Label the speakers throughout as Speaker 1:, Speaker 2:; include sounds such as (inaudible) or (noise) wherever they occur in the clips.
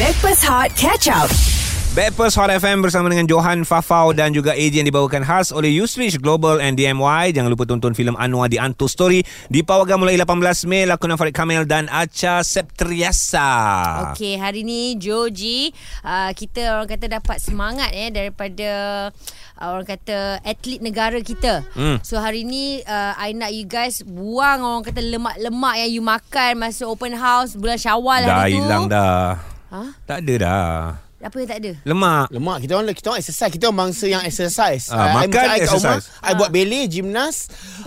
Speaker 1: Backpass Hot Catch Up.
Speaker 2: Backpast Hot FM bersama dengan Johan Fafau dan juga AJ yang dibawakan khas oleh Usrich Global and DMY. Jangan lupa tonton filem Anwar di Anto Story. Dipawarkan mulai 18 Mei lakonan Farid Kamil dan Acha Septriasa.
Speaker 3: Okey, hari ni Joji uh, kita orang kata dapat semangat eh daripada uh, orang kata atlet negara kita. Hmm.
Speaker 2: Hmm.
Speaker 3: So hari ni uh, I nak you guys buang orang kata lemak-lemak yang you makan masa open house bulan Syawal
Speaker 2: Dah
Speaker 3: hari tu.
Speaker 2: hilang dah.
Speaker 3: Ha?
Speaker 2: Tak ada dah.
Speaker 3: Apa yang tak ada?
Speaker 2: Lemak.
Speaker 4: Lemak kita orang kita orang exercise kita orang bangsa yang exercise.
Speaker 2: Ah,
Speaker 4: I- I
Speaker 2: makan,
Speaker 4: macam I kat rumah,
Speaker 2: exercise.
Speaker 4: I
Speaker 5: Ah.
Speaker 4: buat belly, gymnas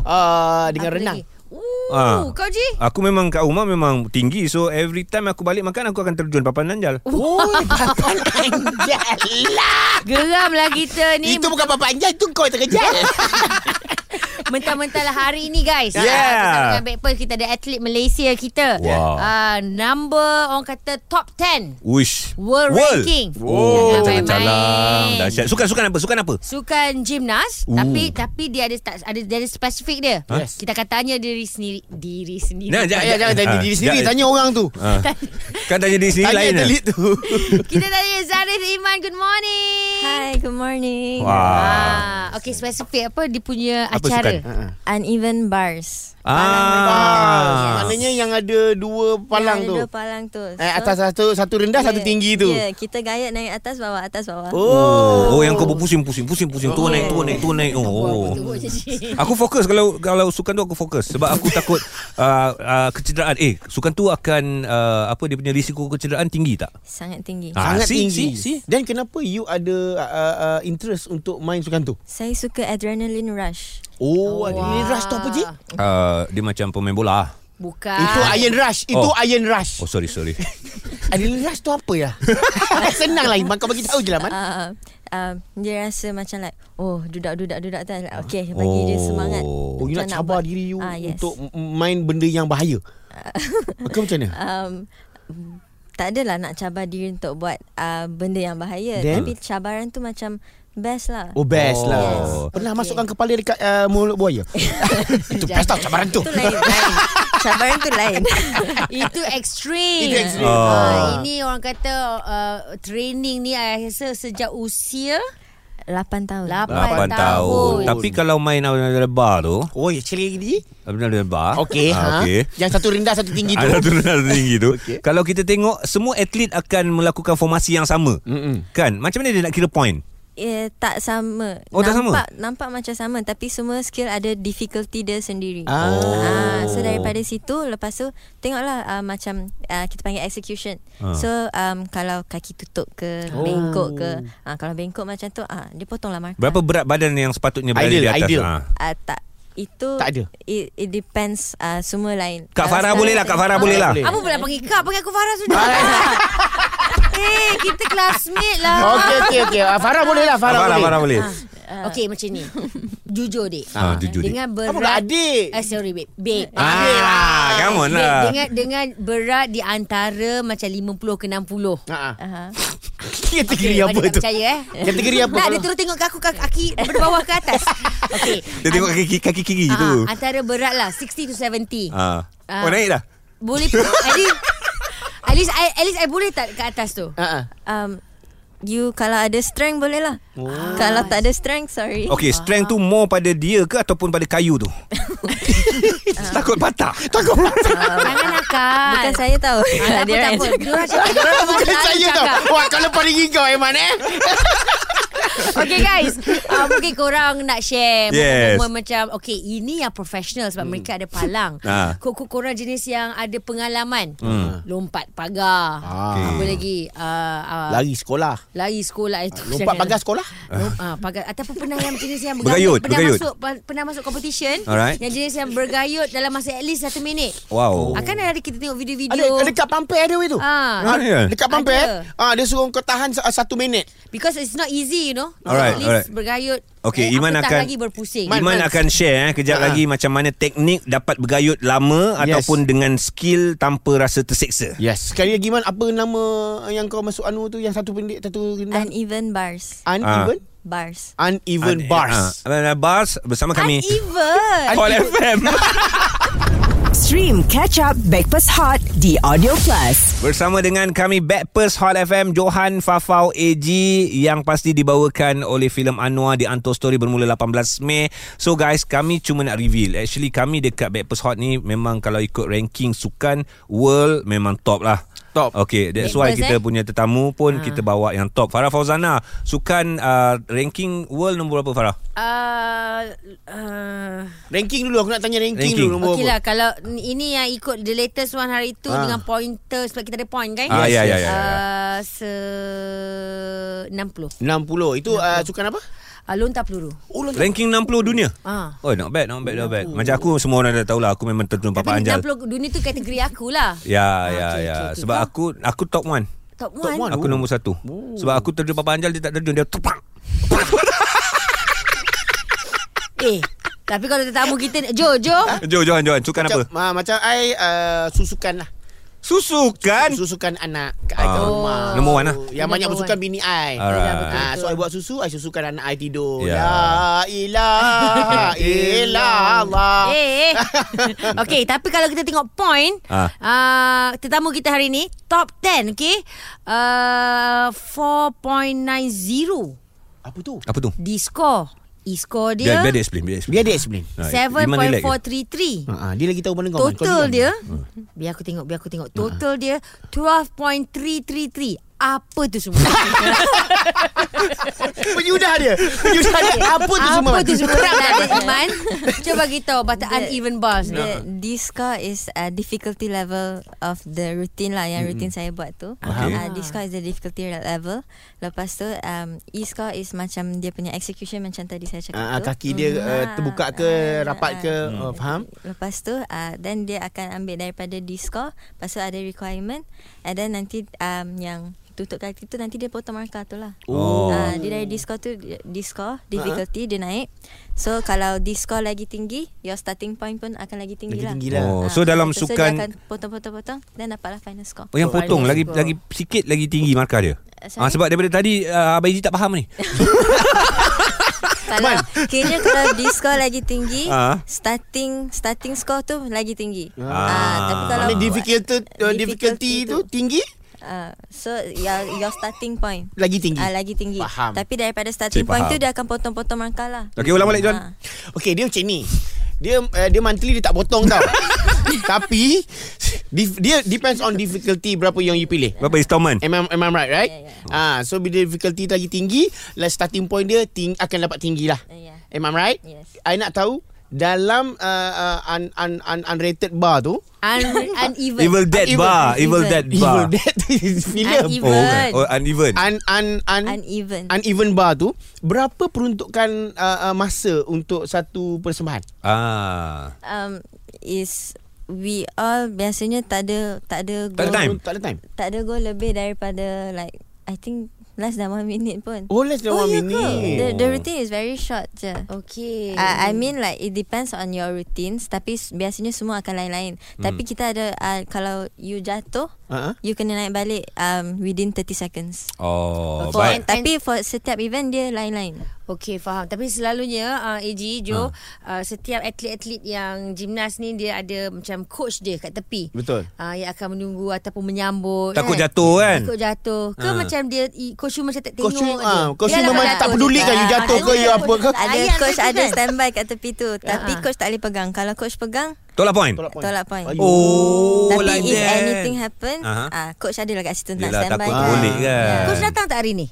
Speaker 4: uh, dengan
Speaker 3: Apa
Speaker 4: renang.
Speaker 3: lagi? Ooh,
Speaker 2: Ah.
Speaker 3: kau Ji?
Speaker 2: Aku memang kat rumah memang tinggi So every time aku balik makan Aku akan terjun papan nanjal
Speaker 5: Oh,
Speaker 4: (laughs) Oi,
Speaker 5: (laughs)
Speaker 4: papan anjal lah.
Speaker 3: Geramlah kita ni
Speaker 4: Itu bukan papan anjal, itu kau yang
Speaker 5: (laughs)
Speaker 4: terkejal.
Speaker 3: Mentah-mentah lah hari ini guys
Speaker 2: Yeah.
Speaker 3: yeah. Dengan Backpast kita ada atlet Malaysia kita
Speaker 2: Wow.
Speaker 3: uh, Number orang kata top 10
Speaker 2: Wish
Speaker 3: World ranking. Jangan
Speaker 2: Oh, macam calang.
Speaker 3: main-main.
Speaker 2: Dahsyat. Sukan-sukan apa?
Speaker 3: (laughs)
Speaker 2: Sukan apa?
Speaker 3: Sukan gimnas
Speaker 2: Ooh.
Speaker 3: tapi tapi dia ada tak ada dia ada spesifik dia.
Speaker 4: Yes.
Speaker 3: Kita akan tanya diri sendiri diri sendiri.
Speaker 2: Nah,
Speaker 4: Tak payah, Ya, jangan tanya
Speaker 2: Ah,
Speaker 4: diri sendiri,
Speaker 2: jangan-
Speaker 4: tanya orang tu.
Speaker 2: Ah. Kan tanya diri sendiri
Speaker 4: Tanya
Speaker 2: lain lah.
Speaker 4: atlet
Speaker 2: (laughs)
Speaker 4: tu.
Speaker 3: Kita tanya Zarif Iman good morning.
Speaker 5: Hi, good morning.
Speaker 2: Wah.
Speaker 3: Ah, okay spesifik apa dia punya
Speaker 2: Apa
Speaker 3: acara?
Speaker 2: sukan?
Speaker 5: Uneven bars.
Speaker 2: Ah.
Speaker 4: Maknanya yang ada dua palang
Speaker 5: Yang
Speaker 4: tu.
Speaker 5: Ya, ada Dua palang tu.
Speaker 4: Eh, atas satu, satu rendah, satu tinggi tu.
Speaker 5: Ya, yeah, kita gayat naik atas bawah, atas bawah.
Speaker 2: Oh, oh yang kau berpusing pusing pusing pusing turun naik turun naik turun naik. Oh. Aku fokus kalau kalau sukan tu aku fokus sebab aku
Speaker 4: (laughs)
Speaker 2: takut uh, uh, kecederaan. Eh, sukan tu akan uh, apa dia punya risiko kecederaan tinggi tak?
Speaker 5: Sangat tinggi.
Speaker 2: Ah.
Speaker 4: Sangat
Speaker 2: see,
Speaker 4: tinggi.
Speaker 2: see, see.
Speaker 4: Dan kenapa you ada uh, uh, interest untuk main sukan tu?
Speaker 5: Saya suka adrenaline rush.
Speaker 4: Oh, ini rush tu apa, Ji?
Speaker 2: Uh, dia macam pemain bola.
Speaker 3: Bukan.
Speaker 4: Itu Iron Rush Itu
Speaker 2: Oh.
Speaker 4: Iron Rush
Speaker 2: Oh, sorry
Speaker 4: (laughs)
Speaker 2: sorry.
Speaker 4: Adrenaline Rush tu apa ya? (laughs) Senang lah Iman Kau bagi tahu je lah Man
Speaker 5: Uh, uh, dia rasa macam like, oh dudak-dudak-dudak tu. Like, okay, bagi dia semangat.
Speaker 2: Oh.
Speaker 4: Oh you nak
Speaker 5: Macam nak
Speaker 4: cabar
Speaker 5: buat-
Speaker 4: diri you
Speaker 5: Ah, yes.
Speaker 4: Untuk m- main benda yang bahaya Kau macam mana?
Speaker 5: Um, tak adalah nak cabar diri untuk buat uh, benda yang bahaya.
Speaker 4: Then?
Speaker 5: Tapi cabaran tu macam best lah.
Speaker 4: Oh best lah
Speaker 2: Yes.
Speaker 4: Pernah masukkan kepala dekat uh, mulut buaya Itu best tau cabaran tu
Speaker 5: Itu lain,
Speaker 4: (laughs)
Speaker 5: lain. cabaran tu lain.
Speaker 3: Itu ekstrim.
Speaker 4: Itu ekstrim.
Speaker 2: Ah.
Speaker 3: Ah, ini orang kata uh, training ni saya rasa sejak usia
Speaker 5: 8 tahun.
Speaker 3: Lapan
Speaker 2: 8 tahun.
Speaker 3: tahun.
Speaker 2: Tapi kalau main Abdul Bar tu,
Speaker 4: Oh ya cili ni
Speaker 2: Abdul Bar.
Speaker 4: Okey
Speaker 2: Ah,
Speaker 4: ha,
Speaker 2: okey.
Speaker 4: Yang satu rendah satu tinggi tu
Speaker 2: Ada turun ada tinggi tu.
Speaker 4: (laughs) Okey.
Speaker 2: Kalau kita tengok semua atlet akan melakukan formasi yang sama.
Speaker 4: Mm-mm.
Speaker 2: Kan? Macam mana dia nak kira point?
Speaker 5: Eh, tak sama.
Speaker 2: Oh, tak sama?
Speaker 5: nampak, Nampak macam sama tapi semua skill ada difficulty dia sendiri.
Speaker 4: Ah.
Speaker 5: Ah, so daripada situ lepas tu tengoklah uh, macam uh, kita panggil execution.
Speaker 2: Ah.
Speaker 5: So um, kalau kaki tutup ke
Speaker 4: Oh.
Speaker 5: bengkok ke uh, kalau bengkok macam tu ah dia potonglah markah.
Speaker 2: Berapa berat badan yang sepatutnya berada
Speaker 4: Ideal,
Speaker 2: di atas?
Speaker 4: ideal.
Speaker 2: Ah.
Speaker 5: Ah, tak itu
Speaker 4: Tak ada.
Speaker 5: It, it depends uh, semua lain.
Speaker 2: Kak
Speaker 5: Kalau
Speaker 2: Farah
Speaker 5: sekarang
Speaker 2: boleh lah, Kak
Speaker 5: tengok-
Speaker 2: Farah
Speaker 5: Ah,
Speaker 2: boleh lah.
Speaker 4: boleh.
Speaker 3: Apa pula panggil kak Panggil aku Farah
Speaker 2: (laughs)
Speaker 3: sudah Eh kita classmate lah
Speaker 4: Okey okey okey Ah, Farah boleh lah Farah,
Speaker 2: Farah,
Speaker 4: boleh
Speaker 2: Farah boleh.
Speaker 3: Okey macam ni Jujur dik
Speaker 2: Ah, jujur, Dik.
Speaker 3: Dengan
Speaker 4: Apa pula
Speaker 3: berat
Speaker 4: adik?
Speaker 3: Eh sorry babe Babe
Speaker 2: Ah, ah come on
Speaker 3: Babe,
Speaker 2: lah.
Speaker 3: dengan, dengan berat di antara Macam 50 ke 60
Speaker 4: Ha, ah. (laughs)
Speaker 5: Aha.
Speaker 4: Kategori apa
Speaker 3: Pada tak
Speaker 4: tu?
Speaker 3: percaya eh
Speaker 4: Kategeri apa
Speaker 3: Nak
Speaker 4: kalau-
Speaker 3: dia terus tengok kaku kaki, kaki Daripada bawah ke
Speaker 2: (laughs)
Speaker 3: atas Okey
Speaker 2: Dia tengok kaki, kaki kiri
Speaker 3: Ah,
Speaker 2: tu.
Speaker 3: Antara berat lah 60 to 70
Speaker 2: Ah.
Speaker 3: Ah.
Speaker 2: Oh, naik dah?
Speaker 3: Boleh At least At least I, at least I boleh tak ke atas
Speaker 2: (laughs)
Speaker 3: tu
Speaker 4: Ha, ah.
Speaker 5: Um, you kalau ada strength boleh lah.
Speaker 2: Oh.
Speaker 5: Kalau tak ada strength sorry.
Speaker 2: Okey, strength tu more pada dia ke ataupun pada kayu tu? Takut patah. Takut patah.
Speaker 3: Jangan
Speaker 5: lah,
Speaker 3: nakal
Speaker 5: Bukan saya tahu.
Speaker 3: Ah, tak apa, tak apa. Diorang cakap. Diorang
Speaker 2: (laughs)
Speaker 4: Bukan saya tau Wah kalau paling kau Iman eh
Speaker 3: Okay guys. Uh, mungkin korang nak share.
Speaker 2: Yes. Hmm.
Speaker 3: Momen-momen macam. Okay ini yang professional sebab mereka ada palang.
Speaker 2: (laughs) Ah. Hmm.
Speaker 3: Kok-kok korang jenis yang ada pengalaman. Lompat pagar.
Speaker 4: Ah.
Speaker 3: Apa lagi? Uh, uh, lari.
Speaker 4: Lari sekolah
Speaker 3: lari sekolah itu.
Speaker 4: Lompat
Speaker 3: Jangan.
Speaker 4: pagar sekolah
Speaker 3: (laughs) Lom- ah, pagar ataupun pernah yang jenis yang bergayut,
Speaker 2: Bergayut,
Speaker 3: pernah
Speaker 2: bergayut.
Speaker 3: masuk pa- pernah masuk competition
Speaker 2: Alright.
Speaker 3: yang jenis yang bergayut dalam masa at least satu minit
Speaker 2: Wow.
Speaker 3: akan ada kita tengok
Speaker 4: Ada
Speaker 3: video-video
Speaker 4: dekat Pampel ada weh tu.
Speaker 3: Ah.
Speaker 4: Ah,
Speaker 2: Ada.
Speaker 4: Dekat Pampel
Speaker 3: Ada.
Speaker 4: ah dia suruh kau tahan sa- satu minit.
Speaker 3: Because it's not easy, you know.
Speaker 2: Alright,
Speaker 3: at least
Speaker 2: alright.
Speaker 3: bergayut.
Speaker 2: Okey,
Speaker 3: eh,
Speaker 2: Iman
Speaker 3: apatah
Speaker 2: akan
Speaker 3: lagi berpusing.
Speaker 2: Iman akan share eh, kejap
Speaker 4: Ha.
Speaker 2: lagi macam mana teknik dapat bergayut lama
Speaker 4: Yes. Ya.
Speaker 2: ataupun dengan skill tanpa rasa terseksa.
Speaker 4: Yes. Sekali lagi man apa nama yang kau masuk anu tu yang satu pendek satu rendah?
Speaker 5: Uneven bars.
Speaker 4: uneven
Speaker 5: Bars.
Speaker 4: uneven bars.
Speaker 2: Ah, ah, bars bersama kami.
Speaker 3: Uneven.
Speaker 2: Hot FM.
Speaker 1: Stream Catch Up Backpass Hot di Audio Plus.
Speaker 2: Bersama dengan kami Backpers Hot FM Johan Fafau AG yang pasti dibawakan oleh filem Anwar di Anto Story bermula 18 Mei. So guys, kami cuma nak reveal. Actually kami dekat Backpers Hot ni memang kalau ikut ranking sukan world memang top lah.
Speaker 4: Top.
Speaker 2: Okay, that's
Speaker 3: Backpers,
Speaker 2: why kita
Speaker 3: eh?
Speaker 2: punya tetamu pun kita bawa yang top. Farah Fauzana, sukan uh, ranking world nombor berapa Farah?
Speaker 3: Uh, uh,
Speaker 4: Ranking dulu aku nak tanya ranking,
Speaker 2: Ranking.
Speaker 4: ranking. dulu nombor
Speaker 3: Okey lah
Speaker 4: okay
Speaker 3: kalau
Speaker 4: apa.
Speaker 3: ini yang ikut the latest one hari tu
Speaker 4: Ah.
Speaker 3: dengan pointer sebab kita ada point kan?
Speaker 2: Ah, ya, ya, ya, ya.
Speaker 3: Uh, se 60.
Speaker 4: 60 Itu uh, sukan apa?
Speaker 3: Uh, lontar peluru.
Speaker 4: Oh, lontar-
Speaker 2: Ranking 60 dunia.
Speaker 3: Ah.
Speaker 2: Oh, not bad, not bad, not bad. Macam aku semua orang dah tahu lah aku memang terjun Papa
Speaker 3: Tapi
Speaker 2: Anjal.
Speaker 3: 60 dunia tu kategori akulah.
Speaker 2: Ya,
Speaker 3: Ah,
Speaker 2: ya,
Speaker 3: okey,
Speaker 2: ya.
Speaker 3: okey, okey.
Speaker 2: Sebab
Speaker 3: Kau?
Speaker 2: aku aku top 1.
Speaker 3: Top 1.
Speaker 4: Top one.
Speaker 2: Aku
Speaker 4: Oh.
Speaker 2: nombor satu oh. Sebab aku terjun Papa Anjal Dia tak terjun Dia tupak
Speaker 3: Eh, tapi kalau tetamu kita Jo Jo.
Speaker 2: Jo, Johan, Johan Sukan
Speaker 4: macam,
Speaker 2: apa?
Speaker 4: Ah, macam I uh, susukan lah
Speaker 2: Susukan
Speaker 4: Susukan anak kat I kat
Speaker 2: Kan? Ah.
Speaker 4: rumah
Speaker 2: Nombor one lah.
Speaker 4: Yang banyak
Speaker 3: Oh. Nombor
Speaker 4: bersukan
Speaker 3: one.
Speaker 4: bini I
Speaker 2: Alright.
Speaker 3: Ya, betul.
Speaker 4: Ah, so I buat susu I susukan anak I tidur
Speaker 2: Ya.
Speaker 4: La
Speaker 3: (laughs)
Speaker 4: ilaha illallah
Speaker 3: Eh. eh.
Speaker 2: (laughs)
Speaker 3: Okey, tapi kalau kita tengok point,
Speaker 2: Ah.
Speaker 3: ah. uh, tetamu kita hari ni top 10, okey. Uh, 4.90
Speaker 4: Apa tu?
Speaker 2: Apa tu?
Speaker 3: di skor. E-skor dia
Speaker 2: Biar, biar dia explain Biar dia explain
Speaker 4: Biar dia explain
Speaker 2: Alright. Lima relax ke?
Speaker 3: 7.433.
Speaker 4: Ha, dia lagi tahu mana kau Man. Kau
Speaker 3: Total
Speaker 4: diam.
Speaker 3: dia Biar aku tengok Biar aku tengok Total dia 12.333 Apa tu semua
Speaker 4: Penyudah dia Penyudah
Speaker 3: (laughs)
Speaker 4: dia Apa tu semua
Speaker 3: Apa
Speaker 4: Man?
Speaker 3: tu semua Ada Iman Cuba beritahu Batak
Speaker 5: The-
Speaker 3: uneven bars ni
Speaker 5: The, this score is uh, difficulty level of the routine lah yang routine saya buat tu.
Speaker 2: Okay.
Speaker 5: Uh, this score is the difficulty level. Lepas tu um, E score is macam dia punya execution macam tadi saya cakap
Speaker 4: Ah, ah,
Speaker 5: tu. ah,
Speaker 4: kaki dia uh, terbuka ke rapat ke uh, faham
Speaker 5: Lepas tu uh, Then dia akan ambil daripada Discord Lepas tu ada requirement And then nanti um, Yang tutup kaki tu Nanti dia potong markah tu lah
Speaker 2: Oh.
Speaker 5: uh, Dia dari Discord tu Discord Difficulty uh-huh. dia naik So kalau Discord lagi tinggi Your starting point pun Akan lagi tinggi
Speaker 4: lagi
Speaker 5: lah
Speaker 4: tinggi lah
Speaker 2: Oh,
Speaker 5: Ah,
Speaker 2: so dalam
Speaker 5: begitu.
Speaker 2: sukan
Speaker 5: So dia akan potong-potong-potong Dan dapatlah final score
Speaker 2: Oh yang
Speaker 3: So,
Speaker 2: potong
Speaker 3: ada
Speaker 2: lagi
Speaker 3: juga.
Speaker 2: lagi sikit lagi tinggi markah dia.
Speaker 5: Eh, sorry?
Speaker 2: Ah sebab daripada tadi uh, Abang Iji tak faham ni.
Speaker 5: (laughs) Kalau Kira kalau Discord lagi tinggi
Speaker 2: Ah.
Speaker 5: Starting Starting score tu Lagi tinggi ah. Tapi
Speaker 2: Ah.
Speaker 5: kalau eh,
Speaker 4: Mana difficulty, uh, difficulty
Speaker 5: difficulty
Speaker 4: tu tinggi
Speaker 5: Uh, so your your starting point
Speaker 4: Lagi tinggi.
Speaker 5: uh, lagi tinggi
Speaker 4: Faham.
Speaker 5: tapi daripada starting
Speaker 2: Cik,
Speaker 5: point
Speaker 2: faham.
Speaker 5: tu dia akan potong-potong markah lah
Speaker 2: Okey ulang balik John.
Speaker 5: Ah.
Speaker 4: Okey dia macam ni dia uh, dia monthly dia tak potong tau tapi dif, dia depends on difficulty berapa yang you pilih
Speaker 2: Berapa installment?
Speaker 4: Am I, am I right right?
Speaker 5: Ya,
Speaker 4: Yeah, yeah. Ah, so bila difficulty lagi tinggi, like starting point dia ting- akan dapat tinggi lah.
Speaker 5: Ya.
Speaker 4: Am I right?
Speaker 5: Yes.
Speaker 4: I nak tahu dalam uh, uh, un, un, un, unrated bar tu,
Speaker 3: Un- Uneven
Speaker 2: Evil Dead
Speaker 4: Uneven.
Speaker 2: Bar, Evil
Speaker 5: Uneven.
Speaker 2: Dead
Speaker 4: Evil
Speaker 2: Bar.
Speaker 4: Dead tu (laughs) is filem.
Speaker 3: Uneven.
Speaker 2: Oh, bukan. oh uneven.
Speaker 4: Un, un, un,
Speaker 5: uneven
Speaker 4: uneven bar tu, berapa peruntukan uh, uh, masa untuk satu persembahan?
Speaker 2: Ah.
Speaker 5: um, is we all biasanya tak ada tak ada
Speaker 2: Tak ada
Speaker 5: goal-
Speaker 2: time.
Speaker 4: Tak ada time.
Speaker 5: tak ada goal lebih daripada like I think less than one minute pun
Speaker 4: Oh, less than
Speaker 5: Oh,
Speaker 4: one
Speaker 5: ya ke?
Speaker 4: minute.
Speaker 5: the, the routine is very short je
Speaker 3: Okay
Speaker 5: Uh, I mean like it depends on your routines tapi s- biasanya semua akan lain-lain. Tapi kita ada uh, kalau you jatuh,
Speaker 4: Ah, ah.
Speaker 5: you kena naik balik um within 30 seconds.
Speaker 2: Oh,
Speaker 5: For,
Speaker 2: baik.
Speaker 3: Baik.
Speaker 5: tapi for setiap event dia lain-lain.
Speaker 3: Okay faham Tapi selalunya uh, AG Jo uh, Setiap atlet-atlet yang Gimnas ni Dia ada macam coach dia Kat tepi
Speaker 4: Betul.
Speaker 3: uh, Yang akan menunggu Ataupun menyambut
Speaker 2: Takut jatuh kan?
Speaker 3: Takut jatuh Ke
Speaker 2: Ah.
Speaker 3: macam dia i- Coach you macam tak tengok "Oh,
Speaker 4: Kau syu,
Speaker 2: ha,
Speaker 3: je.
Speaker 4: ah,
Speaker 3: Biarlah
Speaker 4: kau syu
Speaker 3: kau
Speaker 4: memang
Speaker 3: jatuh
Speaker 4: tak
Speaker 3: je.
Speaker 4: peduli kan you
Speaker 3: Ah,
Speaker 4: jatuh ke
Speaker 3: ada-
Speaker 4: you apa ke?
Speaker 5: Ada
Speaker 3: Ayat
Speaker 5: coach
Speaker 3: dia tu
Speaker 5: ada
Speaker 3: kan?
Speaker 5: standby kat tepi tu. Tapi
Speaker 3: ah.
Speaker 5: coach tak boleh pegang. Kalau coach pegang,
Speaker 2: Tolak point.
Speaker 4: Tolak point.
Speaker 5: Tolak point.
Speaker 4: Ayuh.
Speaker 2: Oh,
Speaker 5: tapi
Speaker 2: like
Speaker 5: if
Speaker 2: that.
Speaker 5: anything happen,
Speaker 2: Aha.
Speaker 5: uh-huh. uh, coach ada lah kat situ nak
Speaker 2: Yelah,
Speaker 5: standby.
Speaker 2: takut
Speaker 5: kan.
Speaker 2: boleh kan.
Speaker 3: Coach datang lah. tak hari ni?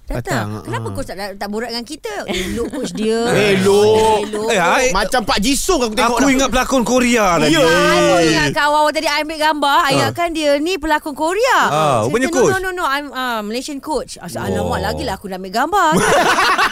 Speaker 4: Datang,
Speaker 2: ha.
Speaker 3: Datang. Kenapa
Speaker 4: ah.
Speaker 3: coach tak, tak borak dengan kita? Eh, Elok coach
Speaker 2: (laughs)
Speaker 3: dia.
Speaker 4: Elok.
Speaker 3: Elok.
Speaker 2: Eh, hai.
Speaker 4: Macam Pak Jisung aku tengok
Speaker 2: Aku
Speaker 4: dah.
Speaker 2: ingat pelakon Korea lah lagi.
Speaker 4: Ya.
Speaker 3: Aku ingat kawan awak tadi I ambil gambar I ingatkan dia ni pelakon Korea
Speaker 2: Ha. Ah,
Speaker 3: Saya
Speaker 2: rupanya
Speaker 3: kata,
Speaker 2: coach.
Speaker 3: No no no I'm uh, Malaysian coach I said,
Speaker 2: Oh.
Speaker 3: Alamak lagi lah aku nak ambil
Speaker 2: (laughs)
Speaker 3: gambar kan?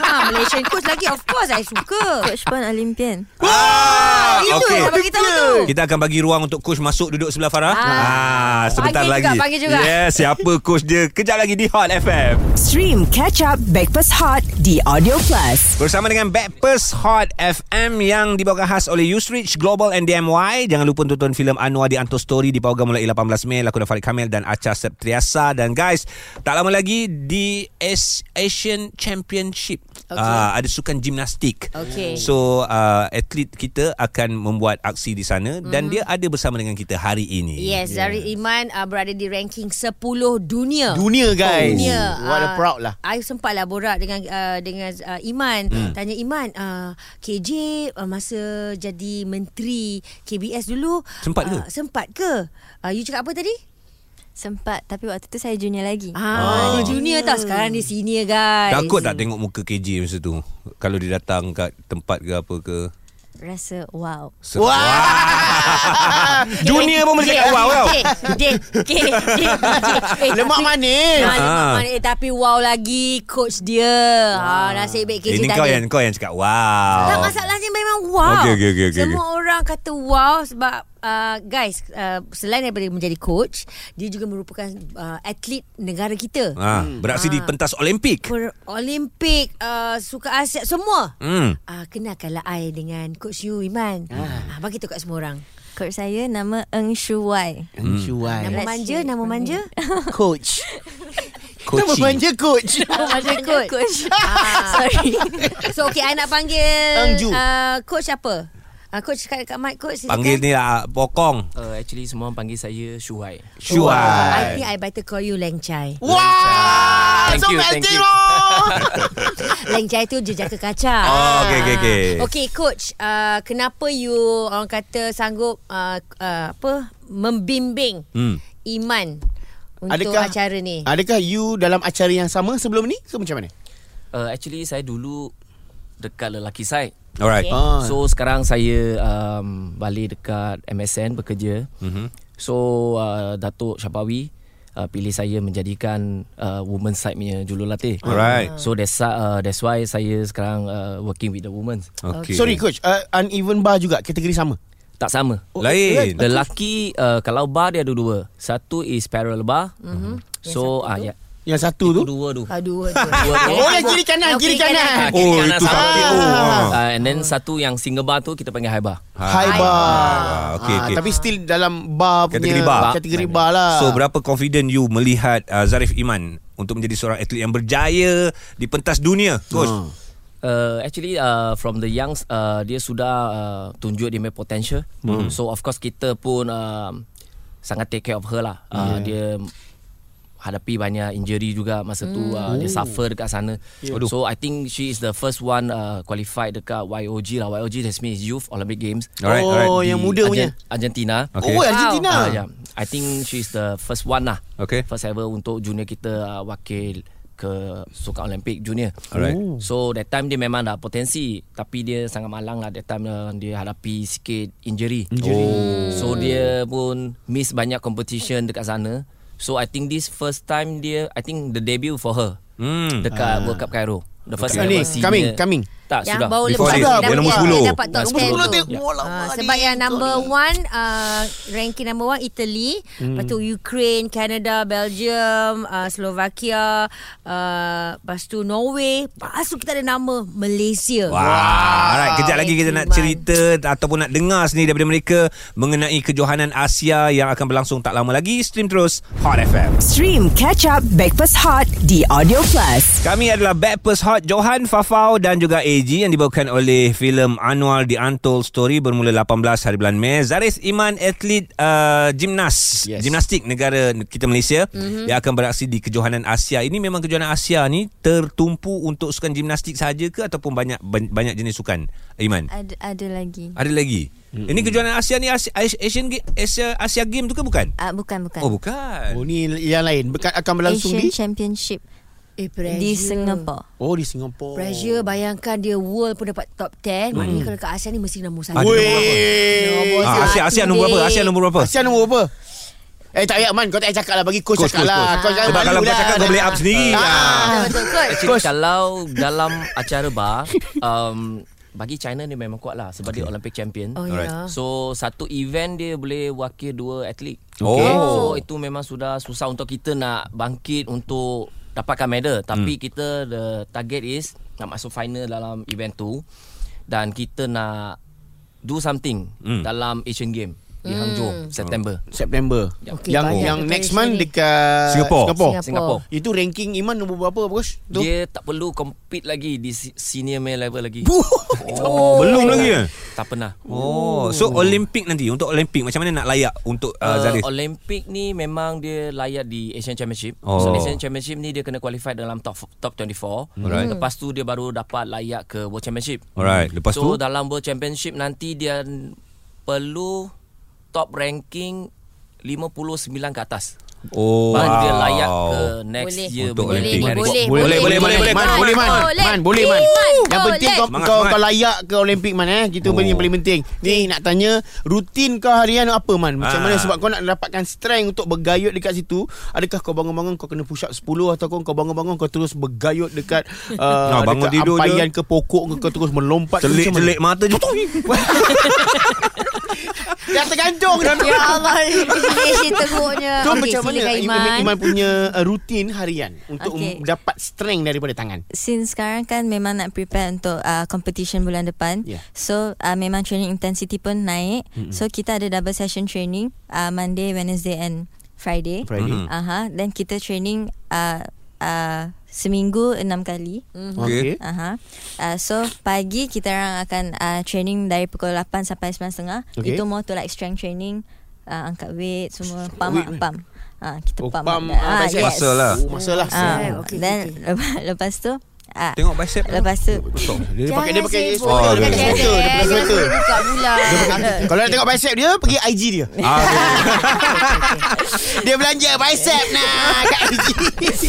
Speaker 3: Ah, Malaysian coach lagi Of course I suka
Speaker 5: Coach pun Olympian.
Speaker 2: Ah,
Speaker 3: Itu
Speaker 2: okey.
Speaker 3: okay. yang bagi tahu tu
Speaker 2: Kita akan bagi ruang untuk coach masuk duduk sebelah Farah.
Speaker 3: Ah.
Speaker 2: Ah, sebentar
Speaker 3: Panggil
Speaker 2: lagi.
Speaker 3: juga, panggil juga.
Speaker 2: Yes, siapa coach dia? Kejap lagi di Hot FM.
Speaker 1: Stream Catch Up Backpass Hot di Audio Plus.
Speaker 2: Bersama dengan Backpers Hot FM yang dibawakan khas oleh Usrich Global and DMY. Jangan lupa tonton filem Anwar di Anto Story di Pauga mulai 18 Mei. Lakonan Farid Kamil dan Acha Septriasa. Dan guys, tak lama lagi di As- Asian Championship. Okay. Uh, ada sukan gimnastik.
Speaker 3: Okey.
Speaker 2: So, uh, atlet kita akan akan membuat aksi di sana dan dia ada bersama dengan kita hari ini.
Speaker 3: Mhm. Yes, Zahri Iman uh, berada di ranking 10 dunia.
Speaker 4: Dunia guys.
Speaker 3: Dunia.
Speaker 4: What a
Speaker 3: Ah,
Speaker 4: proud lah.
Speaker 3: I sempat lah borak dengan uh, dengan uh, Iman. Hmm. Tanya Iman, uh, KJ uh, masa jadi menteri KBS dulu
Speaker 2: Sempat ke?
Speaker 3: Uh, sempat ke? Uh, you cakap apa tadi?
Speaker 5: Sempat Tapi waktu tu saya junior lagi
Speaker 3: Ah, dia junior tau. Sekarang dia senior guys.
Speaker 2: Takut tak tengok muka KJ masa tu? Kalau dia datang kat tempat ke apa ke?
Speaker 5: Rasa wow
Speaker 2: Se- (laughs) Junior pun Oh, boleh
Speaker 3: Okey,
Speaker 2: cakap wow tau.
Speaker 3: okey, okey, okey, okey, okey. Eh,
Speaker 4: Lemak
Speaker 3: tapi-
Speaker 4: manis.
Speaker 3: Ah, lemak
Speaker 2: Ah.
Speaker 3: manis. Eh, tapi wow lagi coach dia. Ha, nasib baik KJ
Speaker 2: Ini
Speaker 3: tak
Speaker 2: Eh, kau
Speaker 3: ada.
Speaker 2: yang kau yang cakap wow.
Speaker 3: Tak masalahnya memang wow.
Speaker 2: Ah. Okey, okey, okey, okey,
Speaker 3: Semua orang kata wow sebab uh, guys uh, selain daripada menjadi coach, dia juga merupakan uh, atlet negara kita.
Speaker 2: Ha, beraksi
Speaker 3: Ah.
Speaker 2: di pentas Olimpik.
Speaker 3: Per Olimpik, uh, suka Asia semua.
Speaker 2: Hmm.
Speaker 3: Ah kenalkanlah I dengan coach you Iman. Ah bagi tahu kat semua orang.
Speaker 5: Coach saya nama Eng Shu Wai
Speaker 3: Nama
Speaker 4: Cuai.
Speaker 5: Let's
Speaker 3: manja,
Speaker 5: see.
Speaker 3: nama manja.
Speaker 4: Coach. Nama
Speaker 2: Kochi.
Speaker 4: manja coach.
Speaker 3: manja coach.
Speaker 5: Sorry
Speaker 3: Ah, So okay I nak panggil
Speaker 4: Ang Ju.
Speaker 3: uh, coach apa? Uh, coach kat, kat mic coach silakan.
Speaker 2: Panggil ni lah Pokong
Speaker 6: Uh, actually semua orang panggil saya Shuai.
Speaker 3: I
Speaker 2: Syuai
Speaker 3: think I better call you Leng Chai.
Speaker 4: Wah,
Speaker 6: Thank
Speaker 4: so
Speaker 6: you, thank you.
Speaker 4: you.
Speaker 3: Leng Chai tu dia jaga kaca.
Speaker 2: Oh, okey, okey, okey.
Speaker 3: Okey, coach, uh, kenapa you orang kata sanggup uh, uh, apa membimbing
Speaker 2: Hmm.
Speaker 3: Iman untuk acara ni?
Speaker 4: Adakah you dalam acara yang sama sebelum ni ke macam mana?
Speaker 6: Uh, actually saya dulu dekat lelaki saya.
Speaker 2: Alright
Speaker 3: Okay.
Speaker 4: Ah.
Speaker 6: Eh, So sekarang saya um, balik dekat MSN bekerja. Mm-hmm. So uh, Datuk Syapawi uh, pilih saya menjadikan uh, woman side punya jurulatih.
Speaker 2: Alright.
Speaker 6: So that's uh, that's why saya sekarang uh, working with the women.
Speaker 2: Okay
Speaker 4: Sorry coach, uh, uneven bar juga kategori sama.
Speaker 6: Tak sama.
Speaker 2: Lain
Speaker 6: Lelaki uh, kalau bar dia ada dua. Satu is parallel bar. Mm-hmm. So ah ya.
Speaker 4: Mhm. Yang satu tu.
Speaker 6: Dua tu.
Speaker 3: Aduh, aduh.
Speaker 6: Dua tu.
Speaker 4: Oh, yang kiri kanan,
Speaker 3: Yang
Speaker 4: kiri
Speaker 3: kiri kanan.
Speaker 6: Ah,
Speaker 4: kanan.
Speaker 2: Oh itu sakit Oh ah.
Speaker 6: Uh, and then satu yang single bar tu kita panggil high bar.
Speaker 4: Oh, High bar.
Speaker 2: bar. Okey,
Speaker 4: Ah,
Speaker 2: okey.
Speaker 4: Tapi still dalam bar punya
Speaker 2: Kategori bar.
Speaker 4: Kategori bar lah.
Speaker 2: So berapa confident you melihat uh, Zarif Iman untuk menjadi seorang atlet yang berjaya di pentas dunia coach.
Speaker 4: Ah.
Speaker 6: Uh, actually uh, from the youngs uh, dia sudah uh, tunjuk dia punya potential. Hmm. So of course kita pun uh, sangat take care of her lah. Uh, yeah. Dia hadapi banyak injury juga masa
Speaker 4: Hmm.
Speaker 6: tu uh, dia suffer dekat sana. Yeah.
Speaker 2: Aduh.
Speaker 6: So I think she is the first one uh, qualified dekat YOG lah. YOG that means Youth Olympic Games.
Speaker 2: Alright, alright.
Speaker 4: Oh, yang
Speaker 6: Di
Speaker 4: muda punya.
Speaker 6: Argen- Argentina.
Speaker 2: Okay.
Speaker 4: Oh,
Speaker 2: Wow.
Speaker 4: Argentina.
Speaker 6: Ah, yeah. I think she's the first one lah.
Speaker 2: Okay.
Speaker 6: First ever untuk junior kita uh, wakil ke Sukan Olimpik junior. Oh.
Speaker 2: Alright.
Speaker 6: So that time dia memang dah potensi tapi dia sangat malang lah that time uh, dia hadapi sikit injury. Injury. Oh. So dia pun miss banyak competition dekat sana. So I think this first time dia I think the debut for her
Speaker 2: Hmm.
Speaker 6: dekat World Cup Cairo. The first
Speaker 4: Ah, ni,
Speaker 6: senior-
Speaker 4: coming, coming.
Speaker 6: Tak
Speaker 3: Yang
Speaker 6: sudah.
Speaker 3: baru
Speaker 2: Before
Speaker 3: lepas
Speaker 2: this,
Speaker 3: dapat-
Speaker 2: dia nombor
Speaker 3: dia
Speaker 2: 10.
Speaker 3: dapat top
Speaker 6: Nombor
Speaker 3: 10 tu.
Speaker 6: 10 dia.
Speaker 4: Wah,
Speaker 3: Ah,
Speaker 4: lama dia.
Speaker 3: sebab yang number one uh, ranking number one Italy hmm. lepas tu Ukraine Canada Belgium uh, Slovakia uh, lepas tu Norway lepas tu kita ada nama Malaysia
Speaker 2: Alright, kejap lagi kita nak
Speaker 3: Iman.
Speaker 2: cerita ataupun nak dengar sendiri daripada mereka mengenai kejohanan Asia yang akan berlangsung tak lama lagi. Stream terus Hot FM.
Speaker 1: Stream Catch Up Backpass Hot di Audio Plus.
Speaker 2: Kami adalah Backpast Hot Johan Fafau dan juga AG yang dibawakan oleh filem Anwar The Untold Story bermula 18 hari bulan Mei. Zaris Iman atlet uh, gimnas yes.
Speaker 4: Yes.
Speaker 2: gimnastik negara kita Malaysia mm-hmm. yang akan beraksi di kejohanan Asia. Ini memang kejohanan Asia ni tertumpu untuk sukan gimnastik saja ke ataupun banyak ban- banyak jenis sukan? Iman.
Speaker 5: Ada, ada lagi
Speaker 2: Ada lagi. Mm-hmm. Ini kejohanan Asia ni Asi- Asi- Asian Ga- Asia Asia Game tu ke bukan?
Speaker 5: Ah Bukan bukan
Speaker 2: Oh bukan.
Speaker 4: Oh ni yang lain Bekat akan berlangsung
Speaker 5: Asian
Speaker 4: di
Speaker 5: Championship
Speaker 3: eh, pressure.
Speaker 5: Di Singapore
Speaker 4: Oh di Singapura.
Speaker 3: Pressure bayangkan dia world pun dapat top 10 Maknanya kalau kat ASEAN ni mesti nombor 1
Speaker 2: Ada nombor apa?
Speaker 4: Hmm. Weh.
Speaker 2: Ah, Asia Asia
Speaker 3: Satu,
Speaker 2: nombor berapa?
Speaker 3: Dik.
Speaker 2: Asia nombor berapa?
Speaker 4: Oh, Asia nombor apa? Eh tak payah Man Kau tak payah cakap lah Bagi coach,
Speaker 2: Coach,
Speaker 4: cakap
Speaker 2: coach,
Speaker 4: lah
Speaker 2: coach.
Speaker 4: Coach jangan
Speaker 2: Sebab kalau
Speaker 4: malu
Speaker 2: kau
Speaker 4: lah.
Speaker 2: cakap kau boleh up sendiri. Ah.
Speaker 3: Ah, betul coach
Speaker 6: Actually kalau dalam acara bar um, bagi China dia memang kuat lah sebab okay. dia Olympic champion.
Speaker 3: Oh ya
Speaker 2: Alright.
Speaker 6: So satu event dia boleh wakil dua atlet.
Speaker 2: Okay.
Speaker 6: So itu memang sudah susah untuk kita nak bangkit untuk dapatkan medal tapi hmm. kita the target is nak masuk final dalam event tu dan kita nak do something
Speaker 2: Hmm.
Speaker 6: dalam Asian Game. di Hangzhou September.
Speaker 4: September.
Speaker 3: Okey,
Speaker 4: yang
Speaker 3: banyak
Speaker 4: yang
Speaker 3: kita
Speaker 4: next
Speaker 3: tulis
Speaker 4: month
Speaker 3: ni.
Speaker 4: dekat
Speaker 2: Singapore.
Speaker 4: Singapore.
Speaker 6: Singapore.
Speaker 4: Itu ranking Iman nombor berapa bos?
Speaker 2: Oh.
Speaker 4: Tu.
Speaker 6: Dia tak perlu compete lagi di si- senior male level lagi. (laughs)
Speaker 2: Oh, belum lagi eh?
Speaker 6: Tak pernah.
Speaker 2: Oh, so Olympic nanti untuk Olympic macam mana nak layak untuk uh,
Speaker 6: Uh,
Speaker 2: Zaris?
Speaker 6: Olympic ni memang dia layak di Asian Championship.
Speaker 2: Oh.
Speaker 6: So Asian Championship ni dia kena qualify dalam top top 24.
Speaker 2: Alright.
Speaker 6: Lepas tu dia baru dapat layak ke World Championship.
Speaker 2: Alright, lepas
Speaker 6: so,
Speaker 2: tu?
Speaker 6: dalam World Championship nanti dia n- perlu top ranking 59 ke atas.
Speaker 2: Oh,
Speaker 6: Baru dia layak ke next
Speaker 3: Boleh.
Speaker 6: year
Speaker 2: Untuk
Speaker 6: punya
Speaker 2: Olympic.
Speaker 6: Olympic.
Speaker 2: Boleh,
Speaker 4: Boleh boleh boleh boleh man boleh man. Man boleh man. Yang penting kau
Speaker 2: Semangat,
Speaker 4: kau
Speaker 2: semangat.
Speaker 4: kau layak ke Olimpik man eh. Kita
Speaker 2: Oh.
Speaker 4: oh. yang paling penting. Ni nak tanya rutin kau harian apa man? Macam
Speaker 2: Ah.
Speaker 4: mana sebab kau nak dapatkan strength untuk bergayut dekat situ? Adakah kau bangun-bangun kau kena push up 10 ataupun kau bangun-bangun kau terus bergayut dekat
Speaker 2: (laughs) Ah,
Speaker 4: uh,
Speaker 2: bangun
Speaker 4: dekat
Speaker 2: tidur je.
Speaker 4: ampaian ke pokok ke kau terus melompat ke macam mana?
Speaker 2: Celik-celik mata je.
Speaker 4: Dah tergantung (laughs) dah.
Speaker 3: Ya Allah (laughs) Ish teruknya
Speaker 4: So
Speaker 3: Okey,
Speaker 4: macam mana
Speaker 3: silakan
Speaker 4: Iman. Iman punya uh, rutin harian untuk
Speaker 5: Okey.
Speaker 4: dapat strength daripada tangan?
Speaker 5: Since sekarang kan memang nak prepare untuk uh, competition bulan depan.
Speaker 4: Yeah.
Speaker 5: So uh, memang training intensity pun naik. Mm-hmm. So kita ada double session training uh, Monday, Wednesday and Friday.
Speaker 4: Friday.
Speaker 5: Aha, uh-huh. then kita training uh, uh, seminggu enam kali.
Speaker 4: Hmm.
Speaker 2: Okey.
Speaker 5: Aha. Uh, so pagi kita orang akan uh, training dari pukul 8 sampai 9.30.
Speaker 4: Okay.
Speaker 5: Okay. Itu more to like strength training, uh, angkat weight semua, pump
Speaker 4: weight
Speaker 5: up,
Speaker 4: man.
Speaker 5: pump. Ah, kita
Speaker 4: Oh,
Speaker 5: pump,
Speaker 4: pump,
Speaker 5: up.
Speaker 4: ah, bicep.
Speaker 2: Muscle lah.
Speaker 4: Oh, masalah.
Speaker 3: Ah.
Speaker 5: Ah,
Speaker 3: Okay,
Speaker 5: then lepas, (laughs) lepas tu ah,
Speaker 2: Tengok bicep.
Speaker 5: Lepas tu
Speaker 4: Dia pakai dia pakai
Speaker 3: Jangan
Speaker 4: sweater,
Speaker 2: Oh,
Speaker 4: dia pakai
Speaker 2: okay.
Speaker 4: sweater, dia pakai
Speaker 3: Jangan
Speaker 4: sweater.
Speaker 3: buka pula
Speaker 4: Kalau nak tengok bicep dia Pergi IG dia (laughs)
Speaker 2: Ah,
Speaker 4: Dia belanja bicep nah Kat IG
Speaker 5: Lepas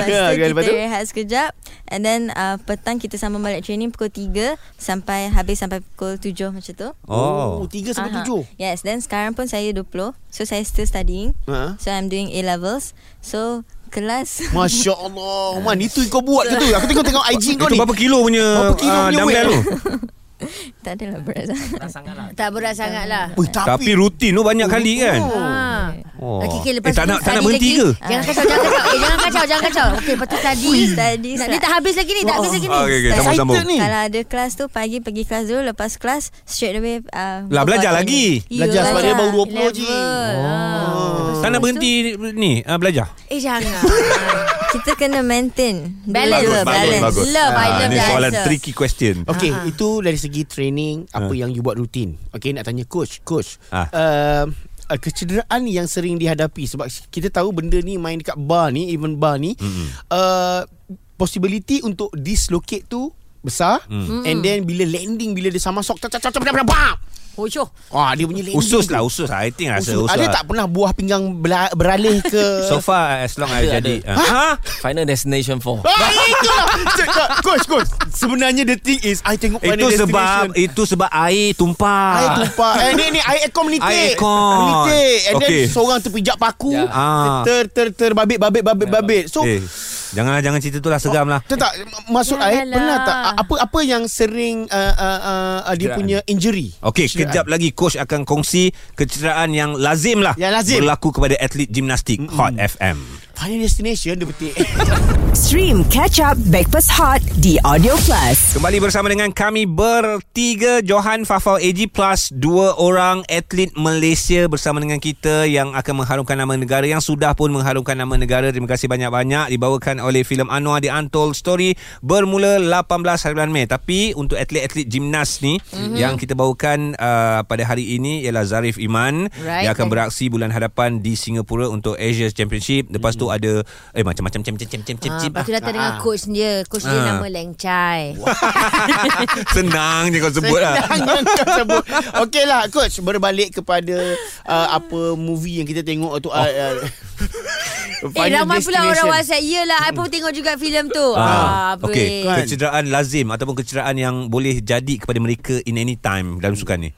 Speaker 4: (laughs) Ya,
Speaker 5: tu
Speaker 4: kan,
Speaker 5: kita rehat sekejap And then uh, petang kita sambung balik training Pukul 3 Sampai habis sampai pukul 7 macam tu
Speaker 2: Oh.
Speaker 4: Oh 3 sampai
Speaker 5: Aha.
Speaker 4: 7
Speaker 5: Yes Then sekarang pun saya 20 So saya still studying
Speaker 4: Ha?
Speaker 5: So I'm doing A-levels So kelas
Speaker 4: Masya Allah Man itu kau buat ke tu Aku tengok tengok IG kau
Speaker 2: Itu
Speaker 4: ni
Speaker 2: berapa kilo punya
Speaker 4: Berapa kilo
Speaker 2: ah,
Speaker 4: punya
Speaker 2: dumbbell
Speaker 4: weight?
Speaker 2: tu?
Speaker 4: (laughs)
Speaker 5: Tak adalah berat
Speaker 6: Tak sangat lah.
Speaker 3: Tak berat sangat lah
Speaker 4: Ui,
Speaker 2: Tapi rutin tu banyak
Speaker 4: Oh.
Speaker 2: kali kan?
Speaker 3: Ha.
Speaker 2: Oh.
Speaker 3: Okay, okay, lepas
Speaker 2: eh, tak
Speaker 3: tu
Speaker 2: nak tak nak
Speaker 3: study
Speaker 2: berhenti
Speaker 3: lagi.
Speaker 2: ke?
Speaker 3: Jangan kacau, jangan kacau. Eh, jangan kacau, jangan kacau. Okey, lepas tu tadi.
Speaker 5: Study
Speaker 3: Nak, dia tak habis lagi ni, tak habis
Speaker 4: Oh.
Speaker 3: lagi ni.
Speaker 2: Ah, Okey okey,
Speaker 5: Excited
Speaker 2: sambung-sambung.
Speaker 4: ni.
Speaker 5: (laughs) Kalau ada kelas tu Pagi pergi kelas dulu Lepas kelas Straight away uh,
Speaker 2: Lah belajar lagi.
Speaker 4: Belajar sebab dia baru 20 je
Speaker 2: Tak nak berhenti ni ah, belajar.
Speaker 3: Oh. Eh,
Speaker 4: (laughs)
Speaker 3: jangan.
Speaker 5: Kita kena maintain
Speaker 3: Balance.
Speaker 5: Dua-dua,
Speaker 3: Bagus,
Speaker 5: (laughs) balance.
Speaker 3: bagus. Love, I love
Speaker 2: Ah, ni
Speaker 3: the
Speaker 2: soalan
Speaker 3: answer.
Speaker 2: tricky question.
Speaker 4: Okay itu dari segi training Apa yang you buat rutin Okay nak tanya coach Coach
Speaker 2: Ah.
Speaker 4: uh, uh, Kecederaan yang sering dihadapi Sebab kita tahu benda ni Main dekat bar ni Even bar ni uh, Possibility untuk dislocate tu Besar mm. And then bila landing Bila dia samasok Cak cak cak cak
Speaker 3: Hocoh.
Speaker 4: Wah dia punya landing
Speaker 2: Usus
Speaker 4: tu.
Speaker 2: lah usus lah. I think rasa
Speaker 4: Usus.
Speaker 2: usus.
Speaker 4: Ada tak eh? pernah buah pinggang bela- beralih ke
Speaker 2: (laughs) So far as long I
Speaker 6: Ada,
Speaker 2: jadi
Speaker 6: ada.
Speaker 2: ah.
Speaker 6: Final Destination 4.
Speaker 4: Ah,
Speaker 2: (laughs)
Speaker 4: itulah Cak, cak, Coach coach Sebenarnya the thing is I tengok
Speaker 2: Itu
Speaker 4: Final Destination.
Speaker 2: sebab Itu sebab air tumpah
Speaker 4: Air tumpah Eh ni ni air aircon melitik
Speaker 2: Ah. Air aircon.
Speaker 4: Melitik And
Speaker 2: Okey.
Speaker 4: okay. then seorang terpijak paku
Speaker 6: Ya.
Speaker 2: Ah.
Speaker 4: Ter ter ter babit babit babit babit So
Speaker 2: eh,
Speaker 4: eh.
Speaker 2: Janganlah jangan cerita tu lah Seram lah
Speaker 4: Tak Maksud air
Speaker 3: Janganlah.
Speaker 4: Pernah tak a- Apa apa yang sering uh, uh, uh, Dia
Speaker 6: Kecederaan.
Speaker 4: punya injury
Speaker 2: Okey,
Speaker 4: Kecederaan.
Speaker 2: kejap lagi coach akan kongsi kecederaan yang lazim lah
Speaker 4: Yang lazim.
Speaker 2: berlaku kepada atlet gimnastik mm Hot FM.
Speaker 4: Final destination Dia betik
Speaker 1: Stream catch up Backpass Hot The Audio Plus.
Speaker 2: Kembali bersama dengan kami bertiga Johan Fafau AG plus dua orang atlet Malaysia bersama dengan kita yang akan mengharumkan nama negara yang sudah pun mengharumkan nama negara. Terima kasih banyak-banyak dibawakan oleh filem Anwar di Untold Story bermula 18 hari bulan Mei. Tapi untuk atlet-atlet gimnas ni mm-hmm. yang kita bawakan uh, pada hari ini ialah Zarif Iman
Speaker 3: Right.
Speaker 2: yang akan beraksi bulan hadapan di Singapura untuk Asia Championship. Lepas tu ada eh macam-macam macam macam macam
Speaker 3: Ah,
Speaker 2: macam
Speaker 3: lepas tu datang dengan
Speaker 4: Ah.
Speaker 3: coach dia. Coach dia
Speaker 2: Ah.
Speaker 3: nama Leng Chai.
Speaker 2: (laughs) Senang je kau sebut lah.
Speaker 4: (laughs) Jangan kau sebut Okey lah coach Berbalik kepada uh, Apa movie yang kita tengok
Speaker 2: Oh.
Speaker 4: tu uh, uh,
Speaker 3: (laughs) Eh,
Speaker 4: Final
Speaker 3: ramai pula orang
Speaker 4: Destination.
Speaker 3: WhatsApp. Yelah, I pun tengok juga filem tu. Ah,
Speaker 2: Ah, okay.
Speaker 3: boleh.
Speaker 2: Kecederaan lazim ataupun kecederaan yang boleh jadi kepada mereka in any time dalam sukan ni.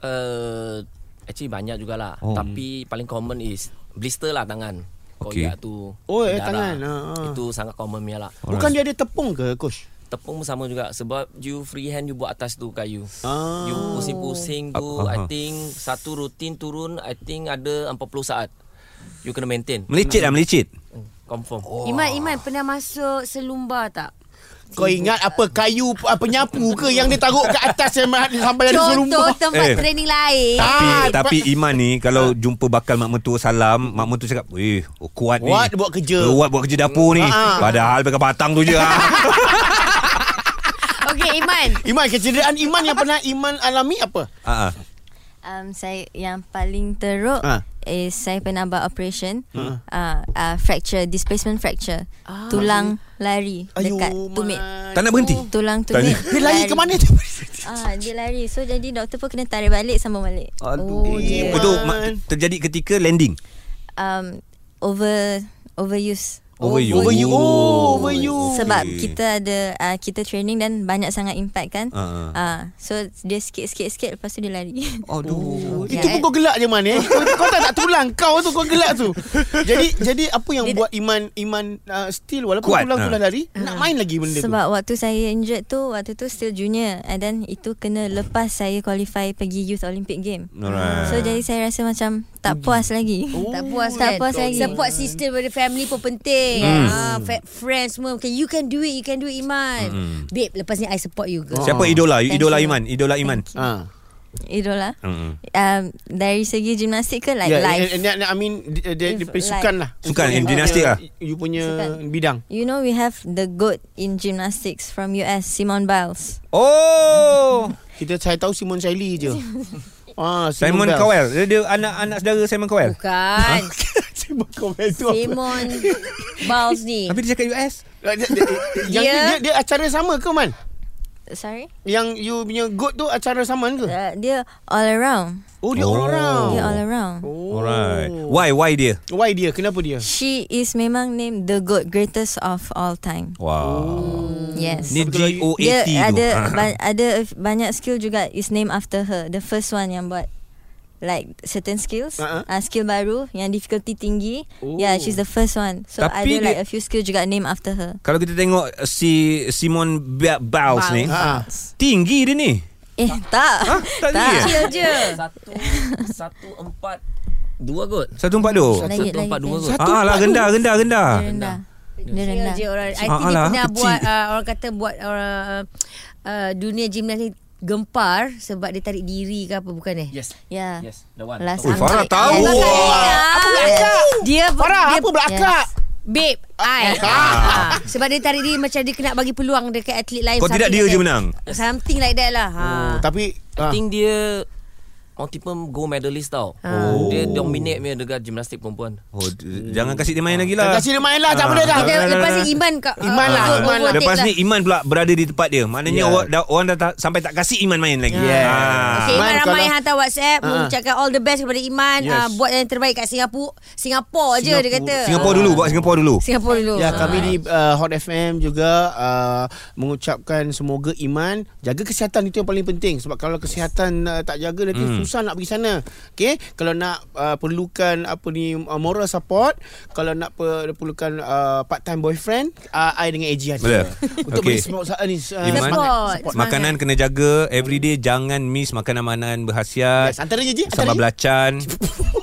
Speaker 6: Uh, actually banyak jugalah.
Speaker 2: Oh.
Speaker 6: Oh. Tapi paling common is blister lah tangan.
Speaker 2: Okey.
Speaker 6: Koyak tu.
Speaker 4: Oh, eh,
Speaker 6: berdarah.
Speaker 4: tangan, ah, ah.
Speaker 6: Itu sangat common punya lah.
Speaker 4: Bukan dia ada tepung ke coach
Speaker 6: Tepung pun sama juga sebab you free hand you buat atas tu kayu.
Speaker 4: Ah.
Speaker 6: You pusing-pusing
Speaker 2: Ah, ah,
Speaker 6: tu
Speaker 2: ah.
Speaker 6: I think satu rutin turun I think ada 40 saat. You kena maintain. Hmm,
Speaker 2: Melicit lah melicit.
Speaker 4: Oh.
Speaker 6: Confirm.
Speaker 3: Iman, Iman pernah masuk selumba tak?
Speaker 4: Kau ingat apa kayu apa penyapu ke yang dia taruh ke atas yang (laughs) sampai ada
Speaker 3: Contoh
Speaker 4: selumpur.
Speaker 3: tempat
Speaker 2: Eh.
Speaker 3: eh. training lain
Speaker 4: Tak.
Speaker 2: Tapi,
Speaker 4: Ah,
Speaker 2: tapi Iman ni Kalau jumpa bakal Mak Mentua salam Mak Mentua cakap Eh oh, kuat ni
Speaker 4: Kuat dia buat kerja.
Speaker 2: Kuat buat kerja dapur ni
Speaker 4: Ah.
Speaker 2: Padahal pegang batang tu
Speaker 4: (laughs)
Speaker 2: je ah.
Speaker 3: Okay Iman
Speaker 4: Iman kecederaan Iman yang pernah Iman alami apa?
Speaker 2: Ah, ah.
Speaker 5: Um, saya yang paling teruk
Speaker 4: Ah.
Speaker 5: ha. is saya pernah buat operation ha. uh, uh, fracture displacement fracture ah. tulang lari dekat tumit
Speaker 2: Tak nak berhenti
Speaker 5: tulang tumit
Speaker 2: Tanya.
Speaker 4: Dia lari ke mana tu?
Speaker 5: Ah, dia lari. So jadi doktor pun kena tarik balik sama balik. Oh,
Speaker 2: Aduh.
Speaker 4: dear.
Speaker 2: Itu ma- terjadi ketika landing
Speaker 5: Um over overuse.
Speaker 2: Overuse.
Speaker 4: Overuse. Oh, overuse.
Speaker 5: Sebab kita ada uh, kita training dan banyak sangat impact kan.
Speaker 2: Ah, ah.
Speaker 5: Uh. Uh, so dia sikit-sikit sikit lepas tu dia
Speaker 4: (laughs)
Speaker 5: lari.
Speaker 4: Oh,
Speaker 2: Aduh
Speaker 4: Itu pun kau gelak je Man eh. Kau, kau tak tak tulang kau tu kau gelak tu. Jadi jadi apa yang buat Iman Iman uh, still walaupun
Speaker 2: Kuat,
Speaker 4: tulang tu
Speaker 2: ah.
Speaker 4: dah lari nak main lagi benda tu.
Speaker 5: Ha. Sebab waktu saya injured tu waktu tu still junior and then itu kena lepas saya qualify pergi youth Olympic game.
Speaker 2: Alright.
Speaker 5: So jadi saya rasa macam tak puas lagi. Oh.
Speaker 3: Tak puas
Speaker 5: Tak
Speaker 3: kan
Speaker 5: puas lagi.
Speaker 3: Support system Dari family pun penting mm. ah, fa- Friends semua okay, You can do it You can do it Iman mm. Babe lepas ni I support you girl
Speaker 2: Siapa idola
Speaker 5: Oh. Thank
Speaker 2: Idola
Speaker 5: you.
Speaker 2: Iman Idola Iman
Speaker 4: Ha.
Speaker 5: Idola.
Speaker 2: Mm-mm.
Speaker 5: Um, dari segi gimnastik ke like
Speaker 4: Yeah,
Speaker 5: yeah, life?
Speaker 4: and, and, and, eh, I mean dia, dia, dia
Speaker 5: If
Speaker 4: punya sukan
Speaker 5: like-
Speaker 4: lah.
Speaker 2: Sukan,
Speaker 4: Untuk
Speaker 2: in
Speaker 4: you
Speaker 2: dinastik
Speaker 4: punya-
Speaker 2: lah.
Speaker 4: You punya
Speaker 5: Sukan.
Speaker 4: bidang.
Speaker 5: You know we have the goat in gymnastics from US, Simone Biles.
Speaker 2: Oh
Speaker 4: Kita saya tahu Simon Shaili
Speaker 5: (laughs)
Speaker 4: je. ah,
Speaker 2: Simon
Speaker 4: Bell.
Speaker 2: Cowell Dia, dia anak-anak saudara Simon Cowell
Speaker 3: Bukan
Speaker 4: (laughs) Simon Cowell tu apa?
Speaker 3: Simon Balls ni
Speaker 2: Tapi dia cakap US
Speaker 4: Dia- dia-
Speaker 3: Dia-
Speaker 4: Yang dia, dia, dia acara sama ke Man?
Speaker 5: Sorry?
Speaker 4: Yang you punya goat tu acara sama ke?
Speaker 5: Uh, dia all around.
Speaker 4: Oh dia
Speaker 2: Oh.
Speaker 4: all around.
Speaker 5: Dia all around.
Speaker 4: Oh.
Speaker 2: Alright Why why dia
Speaker 4: Why dia? Kenapa dia?
Speaker 5: She is memang named the goat greatest of all time.
Speaker 2: Wow
Speaker 5: Yes.
Speaker 2: Ni
Speaker 5: dia
Speaker 2: G-O-A-T tu (laughs)
Speaker 5: ada
Speaker 2: Ah.
Speaker 5: ba- ada banyak skill juga is named after her. The first one yang buat like certain skills,
Speaker 4: Ah, ah.
Speaker 5: uh-huh. uh, skill baru yang difficulty tinggi.
Speaker 4: Oh.
Speaker 5: Yeah, she's the first one. So
Speaker 2: Tapi
Speaker 5: ada like
Speaker 2: dia-
Speaker 5: a few skill juga named after her.
Speaker 2: Kalau kita tengok uh, si Simon Biles, Biles ni,
Speaker 4: Ha.
Speaker 2: tinggi dia ni.
Speaker 5: Eh, tak.
Speaker 2: Ha? Tak tinggi
Speaker 5: tak.
Speaker 2: eh?
Speaker 3: je
Speaker 6: Satu Satu empat Dua kot
Speaker 2: Satu empat tu.
Speaker 5: Satu-
Speaker 6: Satu empat dua kot
Speaker 2: Ah lah rendah rendah rendah.
Speaker 5: Dia
Speaker 4: Ah.
Speaker 5: rendah. Dia
Speaker 3: Kecil
Speaker 5: rendah.
Speaker 3: je orang I
Speaker 2: Ah,
Speaker 3: think dia
Speaker 2: alah,
Speaker 3: pernah
Speaker 2: kecil.
Speaker 3: buat uh, Orang kata buat uh, uh, Dunia gimnastik Gempar Sebab dia tarik diri ke apa Bukan eh
Speaker 6: Yes
Speaker 5: Yeah.
Speaker 6: Yes The Ya. one
Speaker 5: Last
Speaker 2: Ui, Farah
Speaker 5: Angkat.
Speaker 2: tahu.
Speaker 5: Yes.
Speaker 3: Apa berakak Dia
Speaker 4: Oh. Farah,
Speaker 3: dia,
Speaker 4: apa berakak?
Speaker 3: Babe I ah. Sebab dia tarik diri Macam dia kena bagi peluang Dekat atlet lain
Speaker 2: Kalau tidak
Speaker 3: something
Speaker 2: dia
Speaker 3: like
Speaker 2: je
Speaker 3: that.
Speaker 2: menang.
Speaker 3: Something like that lah ha.
Speaker 4: Oh, tapi
Speaker 6: I
Speaker 4: ah.
Speaker 6: think dia Multiple gold medalist tau oh. Dia dominate punya Dekat gimnastik perempuan
Speaker 2: Oh, d- jangan kasih dia main lagi lah.
Speaker 4: Kasih dia main lah Tak
Speaker 2: Ah.
Speaker 4: boleh dah
Speaker 2: Kita-
Speaker 3: Kita
Speaker 2: Ah,
Speaker 3: lepas ni
Speaker 2: ah,
Speaker 3: Iman ka-
Speaker 4: Iman lah,
Speaker 3: ah,
Speaker 4: Iman lah.
Speaker 3: overtake
Speaker 2: Lepas ni Iman pula berada di tempat dia. Maknanya
Speaker 6: Yeah.
Speaker 2: orang, dah, orang dah tak, sampai tak kasih Iman main lagi.
Speaker 3: Okay,
Speaker 4: Yeah.
Speaker 2: Ah.
Speaker 3: Iman
Speaker 4: Iman,
Speaker 3: ramai
Speaker 4: kalau-
Speaker 3: hantar WhatsApp
Speaker 4: Ah.
Speaker 3: mengucapkan all the best kepada Iman
Speaker 4: Yes.
Speaker 3: ah, buat yang terbaik kat Singapura Singapura je dia
Speaker 4: Singapura.
Speaker 3: kata
Speaker 2: Singapura dulu, buat Singapura dulu.
Speaker 3: Singapura dulu
Speaker 4: Ya kami di uh, Hot FM juga uh, mengucapkan semoga iman jaga kesihatan itu yang paling penting sebab kalau kesihatan uh, tak jaga nanti hmm. susah nak pergi sana. Okey, kalau nak uh, perlukan apa ni uh, moral support, kalau nak per- perlukan uh, part time boyfriend, uh, I dengan AJ
Speaker 2: Betul.
Speaker 4: ada. Untuk
Speaker 2: Okey.
Speaker 4: beri semua usaha ni uh,
Speaker 2: Iman.
Speaker 4: semangat.
Speaker 3: Support.
Speaker 2: Makanan kena jaga Every day Jangan miss makanan-makanan berkhasiat
Speaker 4: Yes, antaranya je
Speaker 2: Sambal
Speaker 4: antaranya. (laughs)
Speaker 2: belacan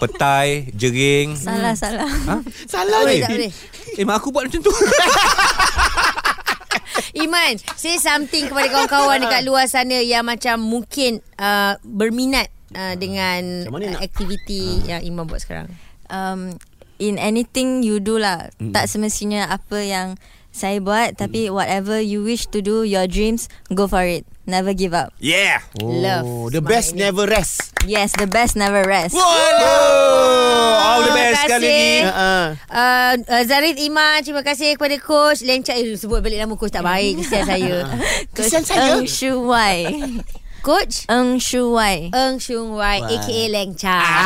Speaker 2: Petai Jering
Speaker 5: Salah, salah.
Speaker 2: Ha?
Speaker 4: Salah
Speaker 3: Boleh
Speaker 4: ni.
Speaker 3: tak boleh
Speaker 2: Eh mak aku buat macam tu
Speaker 3: (laughs) Iman Say something kepada kawan-kawan Dekat luar sana Yang macam mungkin uh, Berminat uh, Dengan
Speaker 4: Macam mana
Speaker 3: uh,
Speaker 4: nak- Hmm.
Speaker 3: Aktiviti Yang Iman buat sekarang
Speaker 5: Um, in anything you do lah.
Speaker 2: Hmm.
Speaker 5: Tak semestinya apa yang saya buat tapi whatever you wish to do, your dreams, go for it. Never give up.
Speaker 2: Yeah
Speaker 3: Love
Speaker 4: Oh, the
Speaker 3: semangat
Speaker 4: best
Speaker 3: ini.
Speaker 4: never rest.
Speaker 5: Yes, the best never rest.
Speaker 2: Waduh lah. All the
Speaker 3: Oh, Terima
Speaker 2: best sekali
Speaker 3: kasih.
Speaker 2: lagi
Speaker 4: Ha ah.
Speaker 3: Uh, uh, Zarin Iman Terima kasih kepada coach Lencak eh, Sebut balik nama coach Tak baik Kesian saya
Speaker 4: Kesian saya.
Speaker 5: Eng Shu
Speaker 2: (laughs)
Speaker 5: Wai.
Speaker 3: Coach
Speaker 5: Eng Shu Wai.
Speaker 3: Eng Shung Wai A.K.A. Lencak Ah.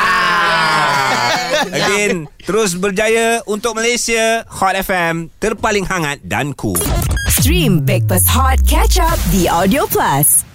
Speaker 2: Ah. Again Terus berjaya Untuk Malaysia Hot FM Terpaling hangat dan cool
Speaker 1: Stream Breakfast Hot Catch Up The Audio Plus.